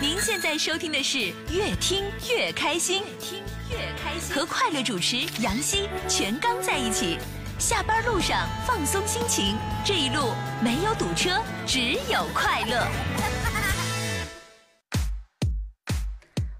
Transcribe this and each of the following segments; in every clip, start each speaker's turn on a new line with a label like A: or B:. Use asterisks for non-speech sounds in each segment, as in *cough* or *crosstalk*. A: 您现在收听的是《越听越开心》，听越开心，和快乐主持杨希、全刚在一起。下班路上放松心情，这一路没有堵车，只有快乐。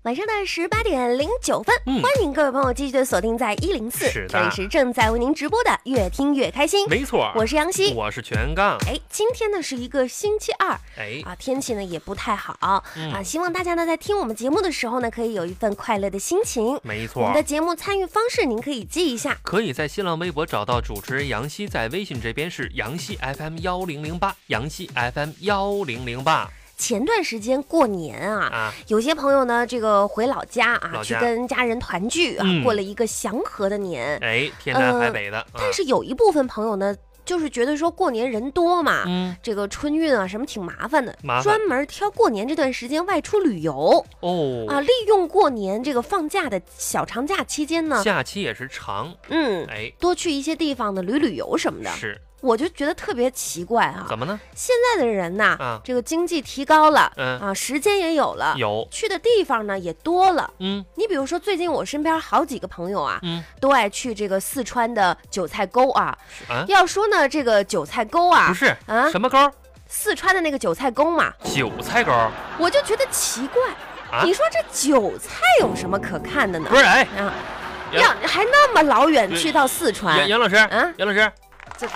B: 晚上的十八点零九分，
C: 嗯
B: 欢迎各位朋友继续的锁定在一零四
C: 是，的
B: 这里是正在为您直播的《越听越开心》，
C: *laughs* 没错，
B: 我是杨希。
C: 我是全杠，
B: 哎，今天呢是一个星期二
C: 哎，
B: 啊，天气呢也不太好、
C: 嗯
B: 啊，希望大家呢在听我们节目的时候呢，可以有一份快乐的心情。
C: 没
B: 我们
C: 错
B: 的，节目参与方式您可以记一下，
C: 可以在新浪微博找到主持人杨希，在微信这边是杨希 FM 幺零零八，杨希 FM 幺零零八
B: 前段时间过年啊，
C: 啊，
B: 有些朋友呢，这个回老家啊，
C: 老
B: 去
C: 家
B: 跟家人团聚啊，
C: 嗯
B: 过了一个祥和的年。
C: 哎，天南
B: 呃
C: 海北的，啊
B: 但是有一部分朋友呢，就是觉得说过年人多嘛，
C: 嗯，
B: 这个春运啊什么挺麻烦的，
C: 麻烦
B: 专门挑过年这段时间外出旅游啊，
C: 哦，
B: 利用过年这个放假的小长假期间呢，
C: 假期也是长，
B: 嗯。
C: 哎，
B: 多去一些地方呢，旅旅游什么的，
C: 是
B: 我就觉得特别奇怪啊。
C: 怎么呢？
B: 现在的人呐，
C: 啊
B: 这个经济提高了，
C: 嗯
B: 啊，时间也有了，
C: 有，
B: 去的地方呢也多了，
C: 嗯
B: 你比如说，最近我身边好几个朋友啊，
C: 嗯
B: 都爱去这个四川的韭菜沟啊。
C: 是啊，
B: 要说呢，这个韭菜沟啊
C: 不，是
B: 啊
C: 什么糕，
B: 四川的那个韭菜沟嘛，
C: 韭菜糕，
B: 我就觉得奇怪。
C: 啊
B: 你说这韭菜有什么可看的呢
C: 不？是哎，
B: 啊，
C: 杨
B: 要还那么老远
C: 对
B: 去到四
C: 杨
B: 川，
C: 杨老师，
B: 啊
C: 杨老师
B: 这，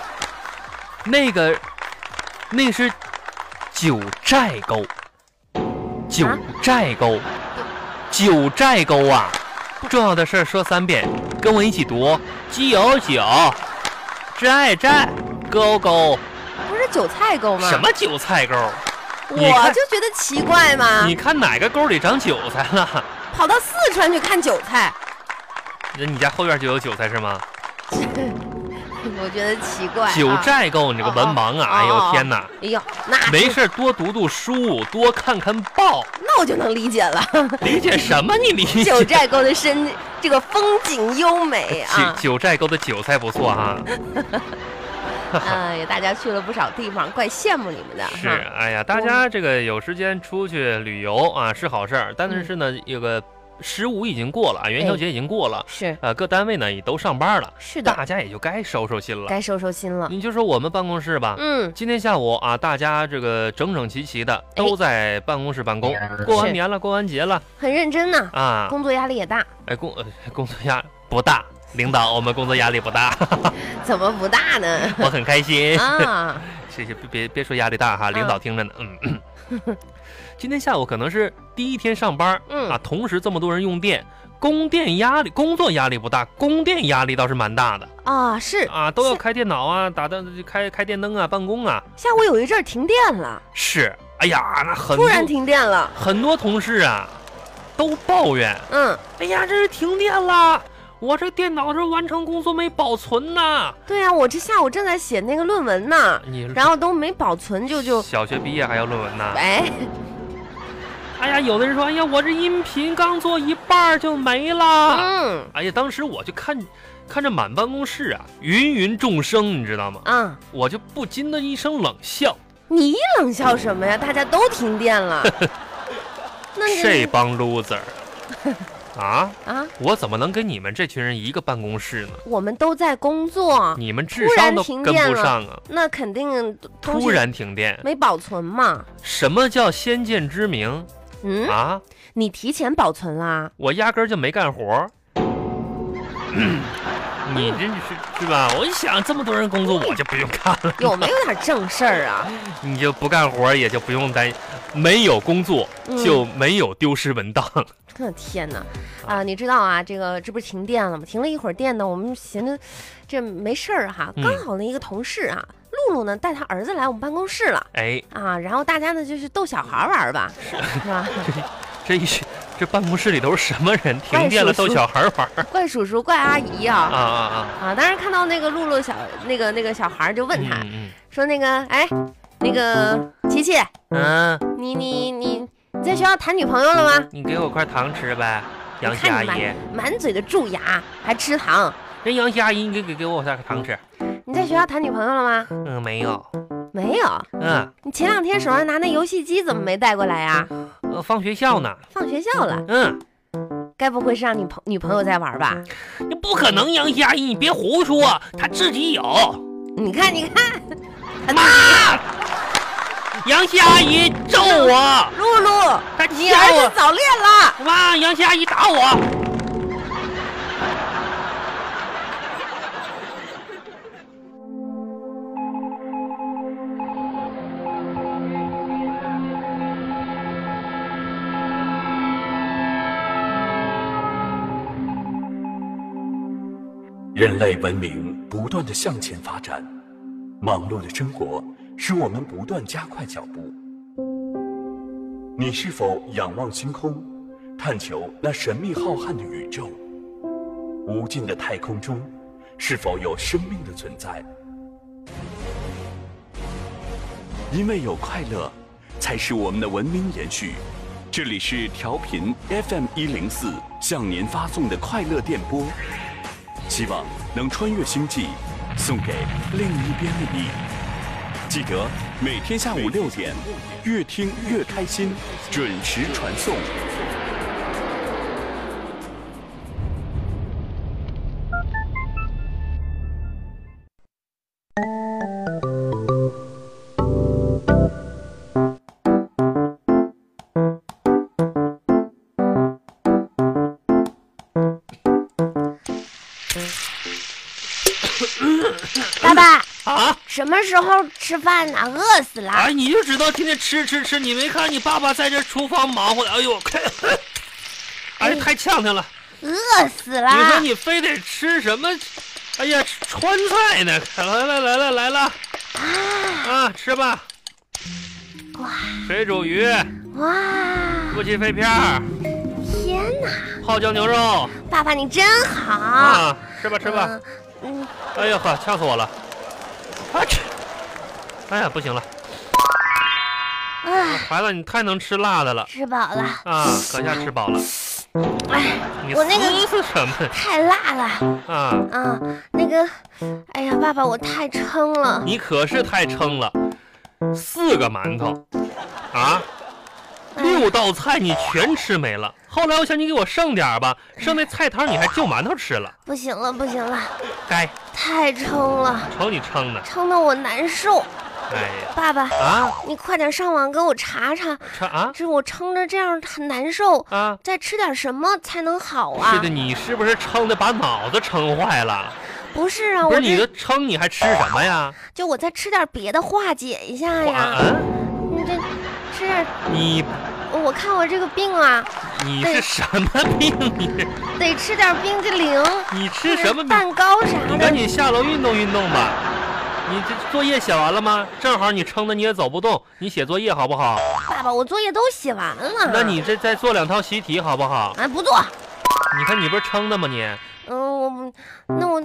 C: 那个，那是九寨沟，九
B: 啊
C: 寨沟，九寨沟啊！重要的事儿说三遍，跟我一起读：九九寨寨沟沟，
B: 不是韭菜沟吗？
C: 什？么韭菜沟？你
B: 我
C: 看
B: 就觉得奇怪嘛
C: 你，看哪个沟里长韭菜了？
B: 跑到四川去看韭菜， *laughs*
C: 那你家后院就有韭菜是吗？
B: 我觉得奇怪、啊。
C: 九，寨沟，你这个文盲啊！
B: 哦
C: 哎
B: 哦
C: 呦天哪！
B: 哎呦，那
C: 没事儿多读读书，多看看报，
B: 那我就能理解
C: *laughs*
B: 了。 *laughs*
C: 理解哎什么？你理解
B: 九寨沟的深，这个风景优美
C: *laughs* 九
B: 啊！嗯
C: 九寨沟的韭菜不错哈、
B: 哎呀，大家去了不少地方，怪羡慕你们的
C: 是，
B: 哈。
C: 哎呀，大家这个有时间出去旅游啊是好事儿，
B: 嗯
C: 但是呢，有个十五已经过了啊，元宵节已经过了，
B: 是
C: 呃，各单位呢也都上班了，
B: 哎是的，
C: 大家也就该收收心了。
B: 该收收心了。
C: 你就说我们办公室吧，
B: 嗯，
C: 今天下午啊，大家这个整整齐齐的都在办公室办公。过
B: 哎是
C: 完年了，过完节了
B: 很认真呐，
C: 啊，
B: 工作压力也大，
C: 哎工呃工作压不大，领导我们工作压力不大， *laughs*
B: 怎么不大呢？
C: 我很开心。
B: 啊，
C: 谢谢，别别别说压力大哈，领导听着呢。嗯， *laughs* 今天下午可能是第一天上班，
B: 嗯
C: 啊，同时这么多人用电，供电压力、工作压力不大，供电压力倒是蛮大的
B: 啊，是
C: 啊，都要
B: 是
C: 开电脑啊，打灯开开电灯啊，办公啊，
B: 下午有一阵儿停电了，
C: 是，哎呀，那很
B: 突
C: 多
B: 然停电了。
C: 很多同事啊都抱怨，
B: 嗯，
C: 哎呀，这是停电了，我这电脑这完成工作没保存呐，
B: 对啊，我这下午正在写那个论文呢，
C: 你啊
B: 然后都没保存，就就
C: 小学毕业还要论文呢。
B: 哎，
C: 哎呀，有的人说，哎呀，我这音频刚做一半儿就没了。
B: 嗯
C: 哎呀，当时我就看，看着满办公室啊，芸芸众生，你知道吗？
B: 啊，
C: 我就不禁的一声冷笑，
B: 你冷笑什么呀？大家都停电
C: *laughs*
B: 了，那你
C: 这帮 loser 啊，
B: 啊？
C: 我怎么能跟你们这群人一个办公室呢？
B: 我们都在工作，
C: 你们智商都
B: 突然停
C: 跟
B: 电
C: 不
B: 了
C: 上啊！
B: 那肯定东
C: 突
B: 西
C: 然停电，
B: 没保存嘛。
C: 什么叫先见之明
B: 嗯，
C: 啊？
B: 你提前保存啦。
C: 我压根儿就没干活 *laughs* 儿。你这是是吧？我一想这么多人工作，我就不用干了。
B: 有没有点正事儿
C: *laughs*
B: 啊？
C: 你就不干活儿也就不用担，没有工作
B: 嗯
C: 就没有丢失文档。
B: 我天哪！啊，你知道啊，这个这不是停电了吗？停了一会儿电呢，我们寻思这没事儿哈，
C: 嗯
B: 刚好呢一个同事啊，露露呢带她儿子来我们办公室了
C: 哎，
B: 啊，然后大家呢就是逗小孩玩儿吧，是吧？
C: 这一这办公室里都是什么人？停电
B: 怪
C: 了
B: 叔叔
C: 逗小孩儿玩儿
B: 怪叔叔怪阿姨啊
C: 啊啊啊！
B: 啊！当时看到那个露露小那个那个小孩儿就问他、
C: 嗯
B: 说那个哎，那个琪琪，
C: 嗯啊，
B: 你你你你在学校谈女朋友了吗？
C: 你给我块糖吃呗，
B: 我
C: 杨希阿
B: 看你
C: 姨
B: 满。满嘴的蛀牙，还吃糖。
C: 人杨希阿姨，你给给给我块糖吃。
B: 你在学校谈女朋友了吗？
C: 嗯，没有。
B: 没有。
C: 嗯
B: 你前两天手上拿那游戏机怎么没带过来呀、啊
C: 嗯、呃放学校呢。
B: 放学校了，
C: 嗯，
B: 该不会是让你朋女朋友在玩吧？
C: 你不可能，杨希阿姨，你别胡说，他自己有。
B: 你看，你看，
C: 妈，杨希阿姨揍我，
B: 露露，
C: 她
B: 你儿
C: 掐
B: 子
C: 我，
B: 早恋了。
C: 妈，杨希阿姨打我。
D: 人类文明不断的向前发展，忙碌的生活使我们不断加快脚步。你是否仰望星空，探求那神秘浩瀚的宇宙？无尽的太空中，是否有生命的存在？因为有快乐，才使我们的文明延续。这里是调频 FM 一零四向您发送的快乐电波。希望能穿越星际，送给另一边的你。记得每天下午六点，越听越开心，准时传送。
B: 爸爸，
C: 啊！
B: 什么时候吃饭呢？饿死了。
C: 哎，你就知道天天吃吃吃，你没看你爸爸在这厨房忙活的，哎呦，快！哎，太呛他了。
B: 饿死
C: 你说
B: 啦！
C: 你非得吃什么？哎呀，吃川菜呢！来了来了来了，啊，吃吧。
B: 哇
C: 水煮鱼、
B: 哇，
C: 夫妻肺片儿、
B: 天哪！
C: 泡椒牛肉
B: 爸爸你真好。
C: 啊，吃吧吃吧。
B: 嗯。嗯，
C: 哎呀呵，呛死我了！啊吃，哎呀，不行了，
B: 啊，
C: 孩子，你太能吃辣的了
B: 吃饱了。
C: 啊！可下吃饱了，
B: 哎，
C: 你
B: 我那个
C: 思思什么
B: 太辣了
C: 啊？
B: 啊！那个，哎呀，爸爸，我太撑了。
C: 你可是太撑了，四个馒头，啊，
B: 嗯
C: 六道菜你全吃没了。后来我想你给我剩点儿吧，剩那菜汤你还就馒头吃了，
B: 不行了，不行了，
C: 该
B: 太撑了，
C: 瞅你撑的，
B: 撑得我难受。
C: 哎呀
B: 爸爸，
C: 啊，
B: 你快点上网给我查查，
C: 这啊
B: 这我撑着这样很难受，
C: 啊，
B: 再吃点什么才能好
C: 是
B: 啊
C: 的，？你是不是撑的把脑子撑坏了？
B: 不是啊，
C: 不
B: 我
C: 是你
B: 这
C: 这撑你还吃什么呀？
B: 就我再吃点别的化解一下
C: 我
B: 呀。
C: 嗯，
B: 你这吃点，
C: 你
B: 我看我这个病啊，
C: 你是什么病？你这
B: 得吃点冰激凌，
C: 你吃什么病？
B: 蛋糕啥
C: 你赶
B: 的。
C: 紧下楼运动运动吧。你这作业写完了吗？正好你撑的你也走不动，你写作业好不好？
B: 爸爸，我作业都写完了。
C: 那你这再做两套习题好不好？
B: 哎，不做。
C: 你看你不是撑的吗你？
B: 嗯，我不那我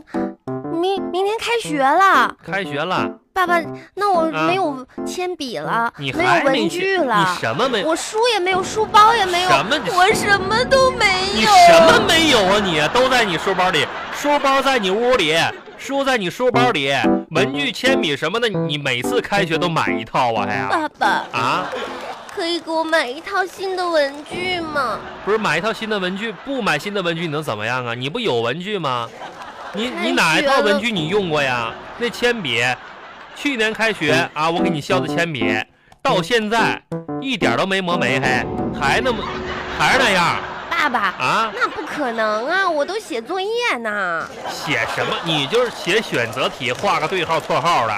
B: 明明天开学了，
C: 开学了，
B: 爸爸，那我
C: 啊
B: 没有铅笔了，
C: 你
B: 没有
C: 还
B: 文
C: 没
B: 具
C: 去？
B: 了
C: 你，什么没？
B: 我书也没有，书包也没有，啊
C: 什么
B: 我什么都没
C: 你
B: 有。
C: 什么没有啊你？都在你书包里，书包在你屋里，书在你书包里，文具、铅笔什么的，你每次开学都买一套啊还呀？
B: 爸爸，
C: 啊，
B: 可以给我买一套新的文具吗？
C: 不是买一套新的文具，不买新的文具你能怎么样啊？你不有文具吗？你
B: 开
C: 你哪一
B: 学
C: 套
B: 了
C: 文具你用过呀？那铅笔，去年开学啊，我给你削的铅笔，到现在一点都没磨没还，还那么还是那样
B: 爸爸，
C: 啊？
B: 那不可能啊，我都写作业呢。
C: 写什么？你就是写选择题，画个对号错号的。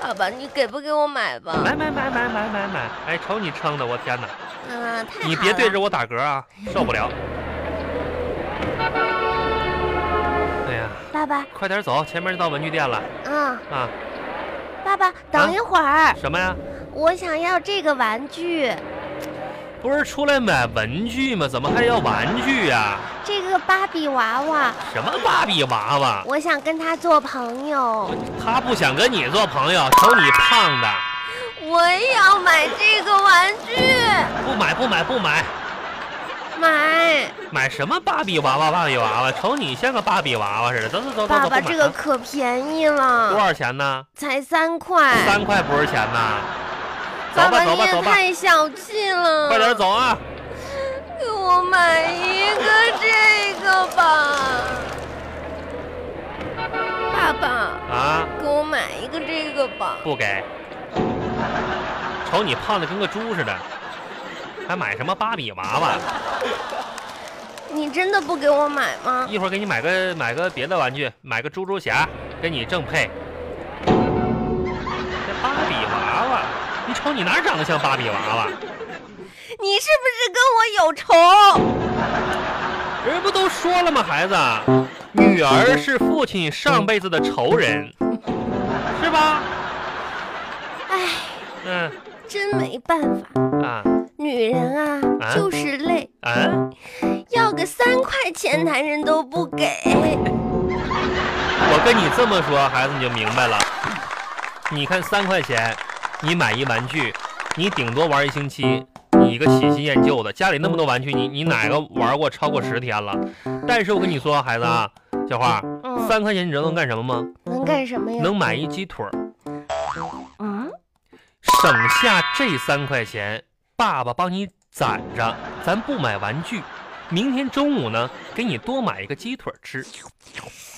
B: 爸爸，你给不给我买吧？
C: 买买买买买买买！哎，瞅你撑的，我天哪！
B: 嗯，太好了。
C: 哎你别对着我打嗝啊，受不了。哎呀，
B: 爸爸，
C: 快点走，前面就到文具店了
B: 嗯，
C: 啊！
B: 爸爸，等一会儿，
C: 什么呀？
B: 我想要这个玩具，
C: 不是出来买文具吗？怎么还要玩具呀、
B: 这个芭比娃娃，
C: 什么芭比娃娃？
B: 我想跟他做朋友，
C: 他不想跟你做朋友，瞅你胖的，
B: 我也要买这个玩具，
C: 不买不买不买，
B: 买。
C: 买什么芭比娃娃芭比娃娃？瞅你像个芭比娃娃似的。走走走走走，
B: 爸爸，
C: 不买
B: 这个
C: 啊
B: 可便宜
C: 多
B: 了，
C: 少钱呢？
B: 才三块，
C: 三块不是钱呐？走吧走
B: 你
C: 吧
B: 哎也
C: 走吧，
B: 太小气了，
C: 快点，走啊！
B: 给我买一个这个吧，爸爸，
C: 啊，
B: 给我买一个这个吧，
C: 不给，瞅你胖的跟个猪似的，还买什么芭比娃娃？
B: 你真的不给我买吗？
C: 一会儿给你买个买个别的玩具，买个猪猪侠，跟你正配。这芭比娃娃，你瞅你哪儿长得像芭比娃娃？
B: 你是不是跟我有仇？
C: 人不都说了吗，孩子，女儿是父亲上辈子的仇人，是吧？
B: 唉，
C: 嗯
B: 真没办法，
C: 啊
B: 女人啊
C: 啊
B: 就是累，
C: 啊！
B: 要个三块钱男人都不给。
C: 我跟你这么说，孩子你就明白了。你看三块钱，你买一玩具，你顶多玩一星期，你一个喜新厌旧的，家里那么多玩具，你你哪个玩过超过十天了？但是我跟你说，孩子啊，小花，
B: 嗯，
C: 三块钱你知道能干什么吗？
B: 能干什么呀？
C: 能买一鸡腿儿。
B: 嗯，
C: 省下这三块钱，爸爸帮你攒着，咱不买玩具。明天中午呢，给你多买一个鸡腿吃。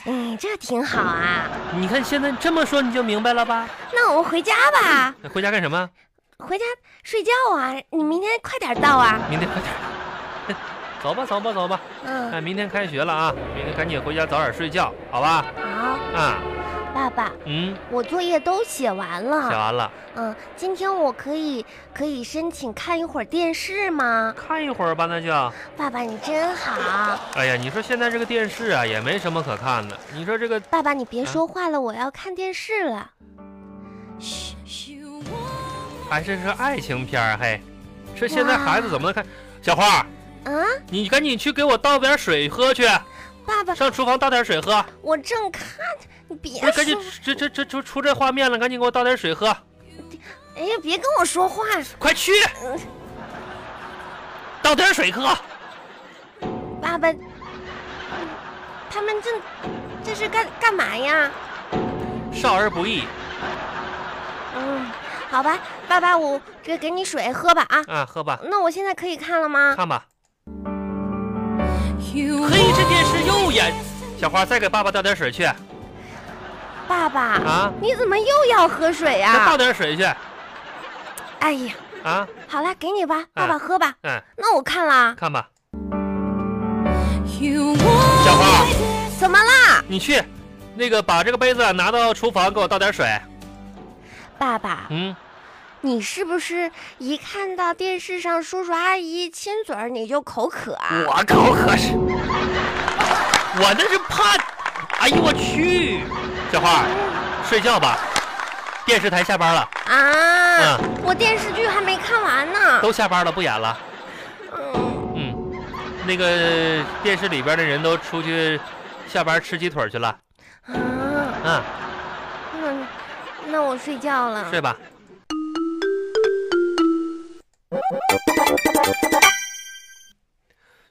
B: 哎，这挺好啊。
C: 你看现在这么说你就明白了吧？
B: 那我回家吧，
C: 回家干什么？
B: 回家睡觉啊。你明天快点到啊。
C: 明天快点儿， *laughs* 走吧走吧走吧。
B: 嗯，
C: 哎，明天开学了啊，明天赶紧回家早点睡觉，好吧？
B: 好，
C: 啊，
B: 爸爸，
C: 嗯，
B: 我作业都写完
C: 写
B: 了。
C: 完了，
B: 嗯，今天我可以可以申请看一会儿电视吗？
C: 看一会儿吧，那就。
B: 爸爸你真好，
C: 哎呀，你说现在这个电视啊，也没什么可看的。你说这个
B: 爸爸你别
C: 啊
B: 说话了，我要看电视了。
C: 还是是爱情片儿，嘿，这现在孩子怎么能看？小花儿，
B: 啊，
C: 你赶紧去给我倒点水喝去，
B: 爸爸，
C: 上厨房倒点水喝。
B: 我正看，你别
C: 不
B: 说
C: 是，哎赶紧，这这这出出这画面了，赶紧给我倒点水喝，
B: 哎呀，别跟我说话，
C: 快去，倒点水喝。
B: 爸爸，他们这这是干干嘛呀？
C: 少儿不宜
B: 嗯，好吧，爸爸，我这给你水喝吧啊。
C: 啊，喝吧，
B: 那我现在可以看了吗？
C: 看吧。嘿，这电视又演。小花，再给爸爸倒点水去
B: 爸爸，
C: 啊，
B: 你怎么又要喝水
C: 再
B: 呀、
C: 倒点水去
B: 哎呀，
C: 啊，
B: 好了，给你吧，爸爸喝吧。
C: 嗯，
B: 那我看了，啊
C: 看吧。小花儿。
B: 怎么啦？
C: 你去，那个把这个杯子啊拿到厨房，给我倒点水。
B: 爸爸，
C: 嗯，
B: 你是不是一看到电视上叔叔阿姨亲嘴儿你就口渴啊？
C: 我口渴是，我那是怕，哎呦我去，小花儿，睡觉吧，电视台下班了，
B: 啊，
C: 嗯，
B: 我电视剧还没看完呢。
C: 都下班了，不演了。
B: 嗯，
C: 嗯，那个电视里边的人都出去下班吃鸡腿去了。
B: 啊。
C: 嗯，
B: 那那我睡觉了。
C: 睡吧。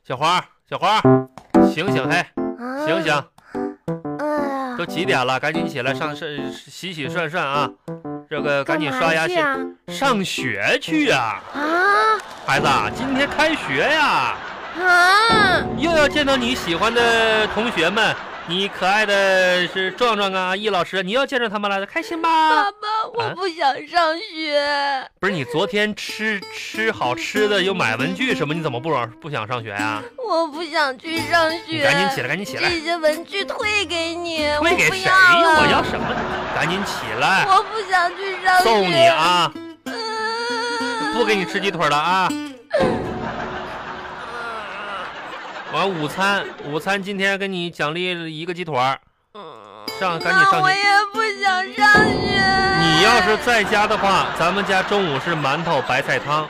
C: 小花儿，小花儿，醒醒嘿，
B: 啊
C: 醒醒。。
B: 哎呀
C: 都，几点了？赶紧起来上上洗洗涮涮啊！这个赶紧刷牙
B: 干
C: 洗，
B: 嘛啊
C: 上学去啊！
B: 去啊
C: 孩子啊，今天开学呀、
B: 啊啊！
C: 又要见到你喜欢的同学们，你可爱的是壮壮啊、易老师，你又见着他们了，开心
B: 爸，
C: 吧？我
B: 不想上学。
C: 不是你昨天吃吃好吃的又买文具什么，你怎么不不想上学啊？
B: 我不想去上
C: 你
B: 学。
C: 赶紧起来，赶紧起来！
B: 这些文具退给你，
C: 推给
B: 呃我不
C: 谁
B: 要
C: 呀？
B: 了
C: 我要什么？赶紧起来！
B: 我不想去上学。
C: 送你！啊！
B: 嗯、
C: 不给你吃鸡腿了啊！完午餐，午餐今天给你奖励一个鸡腿儿，上啊赶紧
B: 嗯那
C: 上
B: 我
C: 去。
B: 也不想上学。
C: 你要是在家的话，咱们家中午是馒头白菜汤，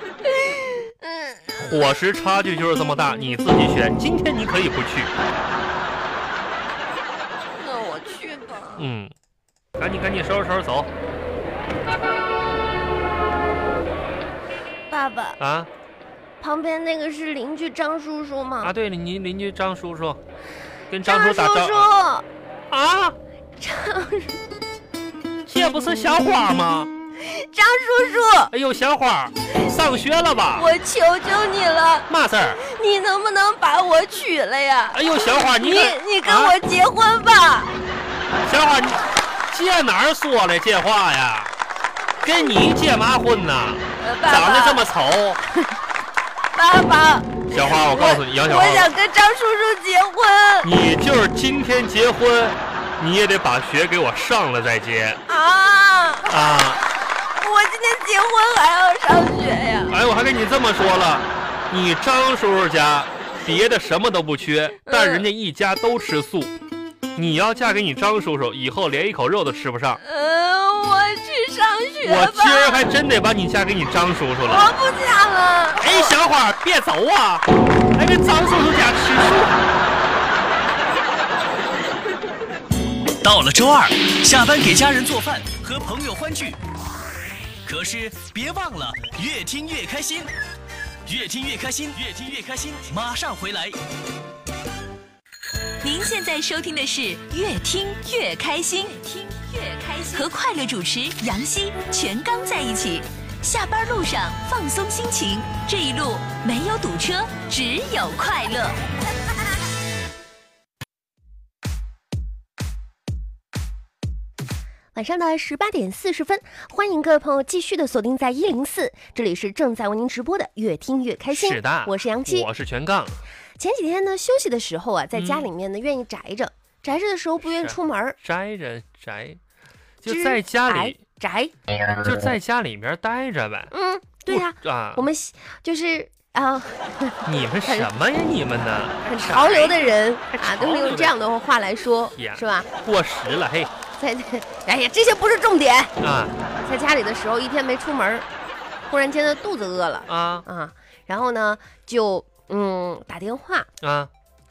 B: 嗯，
C: 伙食差距就是这么大，你自己选。今天你可以不去，
B: 那我去吧。
C: 嗯，赶紧赶紧收拾收拾走
B: 爸爸，
C: 啊
B: 旁边那个是邻居张叔叔吗？
C: 啊！对了，你邻居张叔叔，跟张
B: 张
C: 叔打招
B: 叔，
C: 呼啊，
B: 张叔
C: 这不是小花吗？
B: 张叔叔，
C: 哎呦，小花，上学了吧？
B: 我求求你了，
C: 嘛事儿？
B: 你能不能把我娶了呀？
C: 哎呦，小花，你
B: 你
C: 看
B: 你跟
C: 啊
B: 我结婚吧！
C: 小花，你这哪儿说来这话呀？跟你结嘛婚呐？
B: 呃爸爸
C: 长得这么丑，
B: 爸爸，
C: 小花，我告诉你，杨小
B: 我
C: 花，
B: 想跟张叔叔结婚
C: 你就是今天结婚，你也得把学给我上了再结
B: 啊！
C: 啊！
B: 我今天结婚还要上学呀？
C: 哎，我还跟你这么说了，你张叔叔家别的什么都不缺，
B: 呃
C: 但人家一家都吃素。你要嫁给你张叔叔，以后连一口肉都吃不上。
B: 嗯，我去上学
C: 我今儿
B: 吧。哦
C: 还真得把你嫁给你张叔叔了。
B: 我不想了。
C: 哎，小花，别走啊！哎，这张叔叔家吃素。
E: 到了周二，下班给家人做饭，和朋友欢聚。可是别忘了，越听越开心，越听越开心，越听越开心。马上回来。
A: 您现在收听的是《越听越开心》，听越开心，和快乐主持杨希、全刚在一起。下班路上放松心情，这一路没有堵车，只有快乐。
B: 晚上的十八点四十分，欢迎各位朋友继续的锁定在一零四，这里是正在为您直播的《越听越开心》，
C: 是的，
B: 哎我是杨七。
C: 我是全杠。
B: 前几天呢，休息的时候啊，在家
C: 嗯
B: 里面呢，愿意宅着，宅着的时候不愿意
C: 是
B: 出门儿，
C: 宅人宅，
B: 知
C: 就在家里，
B: 宅宅，
C: 就在家里面待着呗。
B: 嗯，对呀、
C: 不啊
B: 我，们喜就是啊、
C: 你们什么呀？你们呢？
B: 很潮流的人啊，
C: 还
B: 都
C: 潮
B: 是
C: 流
B: 用
C: 的
B: 这样的话来说，
C: 天
B: 是吧？
C: 过时了，嘿
B: 在 *laughs* 哎呀，这些不是重点，
C: 啊
B: 在家里的时候一天没出门儿，忽然间的肚子饿了
C: 啊
B: 啊，然后呢就嗯打电话
C: 啊！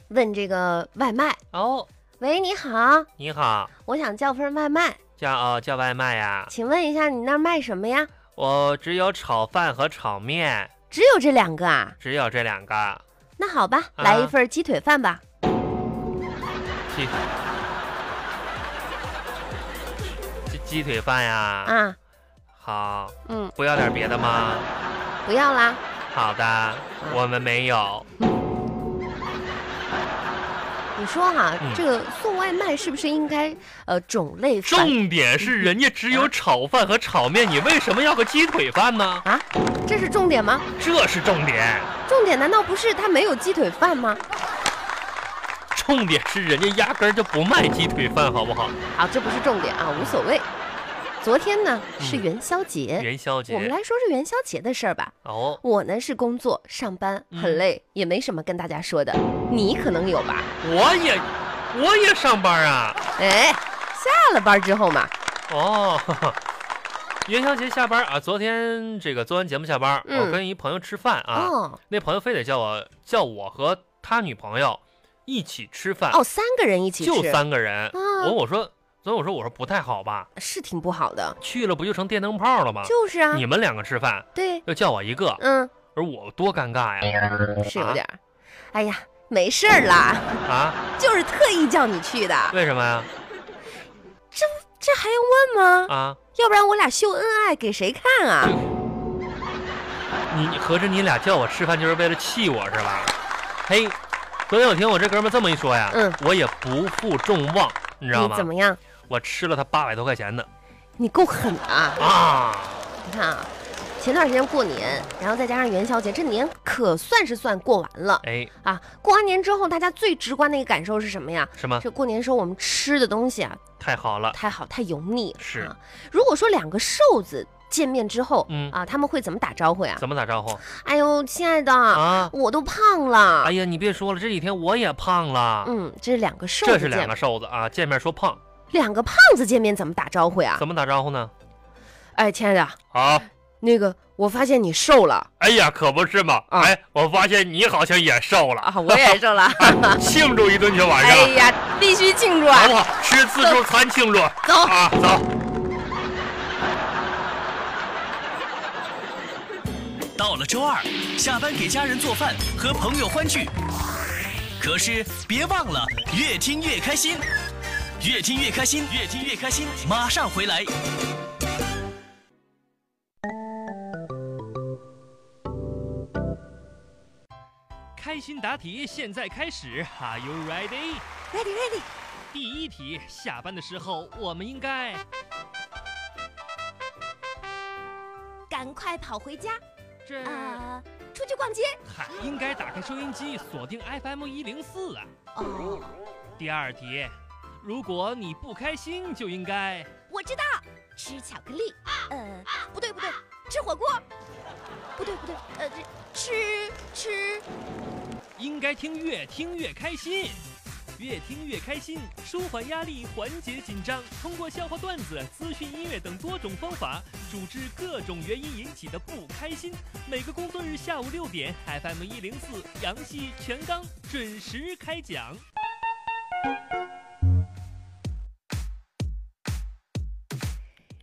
B: 问这个外卖，
C: 哦，
B: 喂，你好，
C: 你好，
B: 我想叫份外卖，
C: 叫哦叫外卖呀？
B: 请问一下你那儿卖什么呀？
C: 我只有炒饭和炒面，
B: 只有这两个啊？
C: 只有这两个。
B: 那好吧，
C: 啊
B: 来一份鸡腿饭吧。
C: 鸡鸡鸡腿饭呀？
B: 啊，
C: 好，
B: 嗯，
C: 不要点别的吗？
B: 啊不要啦。
C: 好的，
B: 嗯
C: 我们没有。
B: 哎你说哈、
C: 嗯
B: 这个送外卖是不是应该呃种类繁
C: 重点是人家只有炒饭和炒面，你为什么要个鸡腿饭呢？
B: 啊？这是重点吗？
C: 这是重点，
B: 重点难道不是它没有鸡腿饭吗？
C: 重点是人家压根儿就不卖鸡腿饭，好不好？
B: 啊，这不是重点啊，无所谓。昨天呢是元宵节，
C: 嗯元宵节
B: 哎我们来说说元宵节的事儿吧。
C: 哦，
B: 我呢是工作上班很
C: 嗯
B: 累，也没什么跟大家说的。你可能有吧？
C: 我也我也上班啊，
B: 哎，下了班之后嘛，
C: 哦。 *laughs* 哈哈元宵节下班啊，昨天这个做完节目下班，
B: 嗯
C: 我跟一朋友吃饭啊，
B: 哦
C: 那朋友非得叫我叫我和他女朋友一起吃饭，
B: 哦，三个人一起吃，
C: 就三个人。
B: 啊
C: 我我说，所以我说我说不太好吧，
B: 是挺不好的。
C: 去了不就成电灯泡了吗？
B: 就是啊，
C: 你们两个吃饭
B: 对，
C: 又叫我一个，
B: 嗯，
C: 而我多尴尬呀！
B: 是有点儿。哎呀，没事儿啦，
C: 啊，
B: 就是特意叫你去的，
C: 为什么呀？
B: 这还用问吗？
C: 啊，
B: 要不然我俩秀恩爱给谁看啊？
C: 你你合着你俩叫我吃饭就是为了气我是吧？嘿，昨天我听我这哥们这么一说呀，
B: 嗯
C: 我也不负众望，你知道
B: 你
C: 吗
B: 怎？么样？
C: 我吃了他八百多块钱的
B: 你够狠啊！
C: 啊！
B: 你看啊，前段时间过年，然后再加上元宵节，这年可算是算过完了
C: 哎，
B: 啊！过完年之后，大家最直观的一个感受是什么呀？
C: 什么？
B: 这过年时候我们吃的东西啊，
C: 太好了，
B: 太好太油腻。
C: 是
B: 啊，如果说两个瘦子见面之后，
C: 嗯
B: 啊，他们会怎么打招呼呀？
C: 怎么打招呼
B: 哎呦，亲爱的，
C: 啊？
B: 我都胖了。
C: 哎呀，你别说了，这几天我也胖了。
B: 嗯，这是两个瘦
C: 这
B: 子
C: 是两
B: 见
C: 个瘦子啊，见面说胖，
B: 两个胖子见面怎么打招呼呀？
C: 怎么打招呼呢？
B: 哎，亲爱的，
C: 好，
B: 那个我发现你瘦了
C: 啊哎呀，可不是嘛！
B: 啊
C: 哎，我发现你好像也瘦了
B: 啊，我也瘦了。
C: *laughs* 庆祝一顿就完事
B: *laughs* 哎
C: 了， *laughs*
B: 呀，必须庆祝啊
C: 好！不好？吃自助餐庆祝啊！
B: 走，
C: 走，
E: 到了周二，下班给家人做饭，和朋友欢聚。可是别忘了，越听越开心，越听越开心，越听越开心。马上回来。
F: 开心答题现在开始，Are you ready？
B: Ready ready，
F: 第一题，下班的时候我们应该
G: 赶快跑回家
F: 这
G: 啊、出去逛街。
F: 嗨，应该打开收音机，锁定 FM 一零四啊。
G: 哦，
F: 第二题，如果你不开心，就应该
G: 我知道，吃巧克力。呃，不对不对，吃火锅。不对不对，呃，这吃吃
F: 应该听越听越开心，越听越开心，舒缓压力，缓解紧张，通过笑话段子、资讯音乐等多种方法，主治各种原因引起的不开心。每个工作日下午六点，FM 一零四，杨戏全刚准时开讲。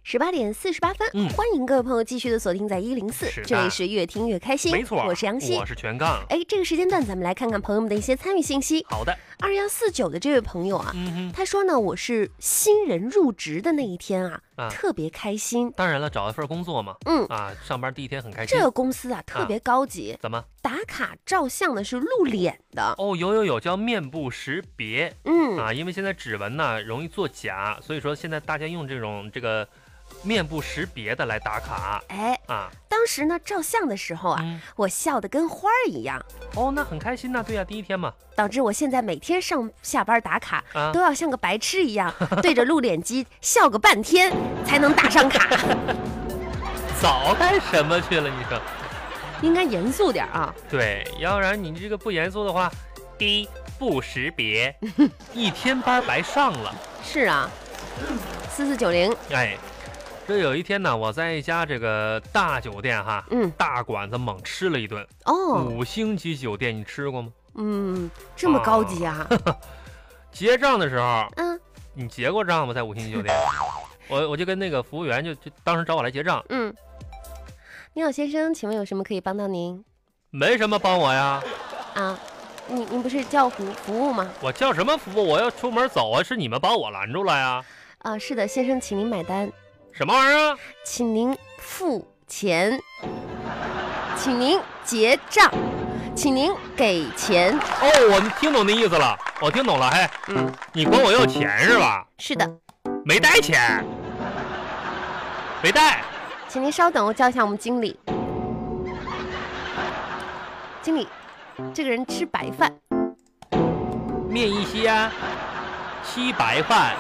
B: 十八点四十八分，
F: 嗯
B: 欢迎各位朋友继续的锁定在一零四
C: 是，的
B: 这里是越听越开心，
C: 没错，
B: 我是杨希
C: 我。是全杠。
B: 哎，这个时间段咱们来看看朋友们的一些参与信息。
C: 好的，
B: 二幺四九的这位朋友啊，
C: 嗯哼，
B: 他说呢，我是新人入职的那一天啊，
C: 啊
B: 特别开心。
C: 当然了，找一份工作嘛，
B: 嗯
C: 啊，上班第一天很开心
B: 这。个公司啊特别高级，
C: 怎么？
B: 打卡照相的是露脸的。
C: 哦，有有有，叫面部识别
B: 嗯，
C: 啊，因为现在指纹呢容易作假，所以说现在大家用这种这个面部识别的来打卡
B: 哎，
C: 啊。
B: 当时呢照相的时候啊，
C: 嗯，
B: 我笑得跟花儿一样，
C: 哦，那很开心呐、对呀、第一天嘛，
B: 导致我现在每天上下班打卡、
C: 啊
B: 都要像个白痴一样对着露脸机笑个半天才能打上 *laughs* 卡。
C: 早干什么去了？你说，
B: 应该严肃点啊！
C: 对，要不然你这个不严肃的话，第一不识别，一天班白上了。
B: 是啊，四四九零，
C: 哎，这有一天呢，我在一家这个大酒店哈，
B: 嗯，
C: 大馆子猛吃了一顿，
B: 哦，
C: 五星级酒店，你吃过吗？
B: 嗯，这么高级啊，
C: 结账的时候，
B: *laughs* 嗯
C: 你结过账吗？在五星级酒店，我我就跟那个服务员就就当时找我来结账，
B: 嗯。你好，先生，请问有什么可以帮到您
C: 没什么帮我呀，
B: 啊？您您不是叫服服务吗？
C: 我叫什么服务？我要出门走啊，是你们把我拦住了呀？
B: 啊，是的，先生，请您买单，
C: 什么玩意儿啊？
B: 请您付钱，请您结账，请您给钱。
C: 哦，我听懂您意思了，我听懂了，嘿，
B: 嗯，
C: 你管我要钱是吧？
B: 是的，
C: 没带钱，没带，
B: 请您稍等，我叫一下我们经理。经理，这个人吃白饭，
C: 面一鲜，七白饭，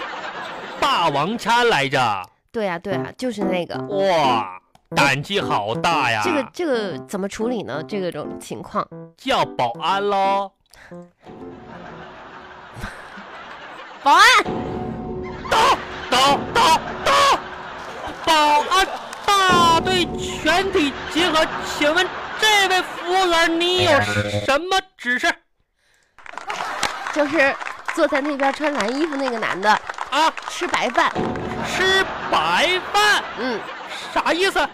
C: 霸王餐来着，
B: 对啊，对啊，就是那个。
C: 哇，胆气好大呀！
B: 这个这个怎么处理呢？这个种情况，
C: 叫保安喽，
B: 保安，
C: 到到到到，保安大队全体集合，请问这位服务员你有什么指示
B: 就是坐在那边穿蓝衣服那个男的，
C: 啊？
B: 吃白饭，
C: 吃白饭
B: 嗯，
C: 啥意思？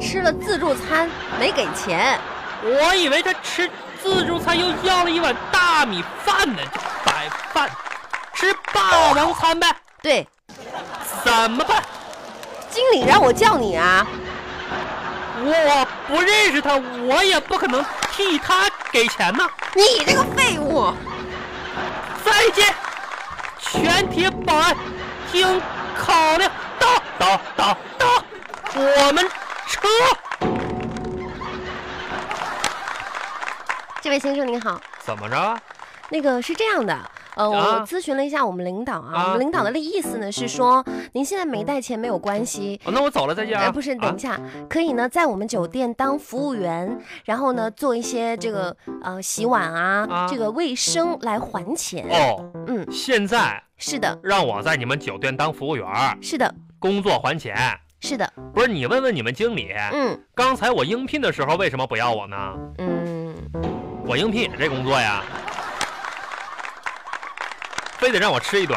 B: 吃了自助餐没给钱，
C: 我以为他吃自助餐又要了一碗大米饭呢，这白饭，吃霸王餐呗？
B: 对，
C: 怎么办？
B: 经理让我叫你啊，
C: 我不认识他，我也不可能替他给钱呐。
B: 你这个废物，
C: 再见，全体保安，听考量，到到到到，我们撤。
B: 这位先生您好，
C: 怎么着？
B: 那个是这样的。呃，我
C: 啊
B: 咨询了一下我们领导啊，
C: 啊
B: 我们领导的意思呢是说，您现在没带钱没有关系，
C: 哦那我走了，再见啊。
B: 呃，不是，等一下，可以呢，在我们酒店当服务员，然后呢，做一些这个呃洗碗啊，
C: 嗯啊
B: 这个卫生来还钱。
C: 哦，
B: 嗯，
C: 现在
B: 是的，
C: 让我在你们酒店当服务员儿，
B: 是的，
C: 工作还钱。
B: 是的，
C: 不是你问问你们经理，
B: 嗯
C: 刚才我应聘的时候为什么不要我呢？
B: 嗯，
C: 我应聘也这工作呀，非得让我吃一顿。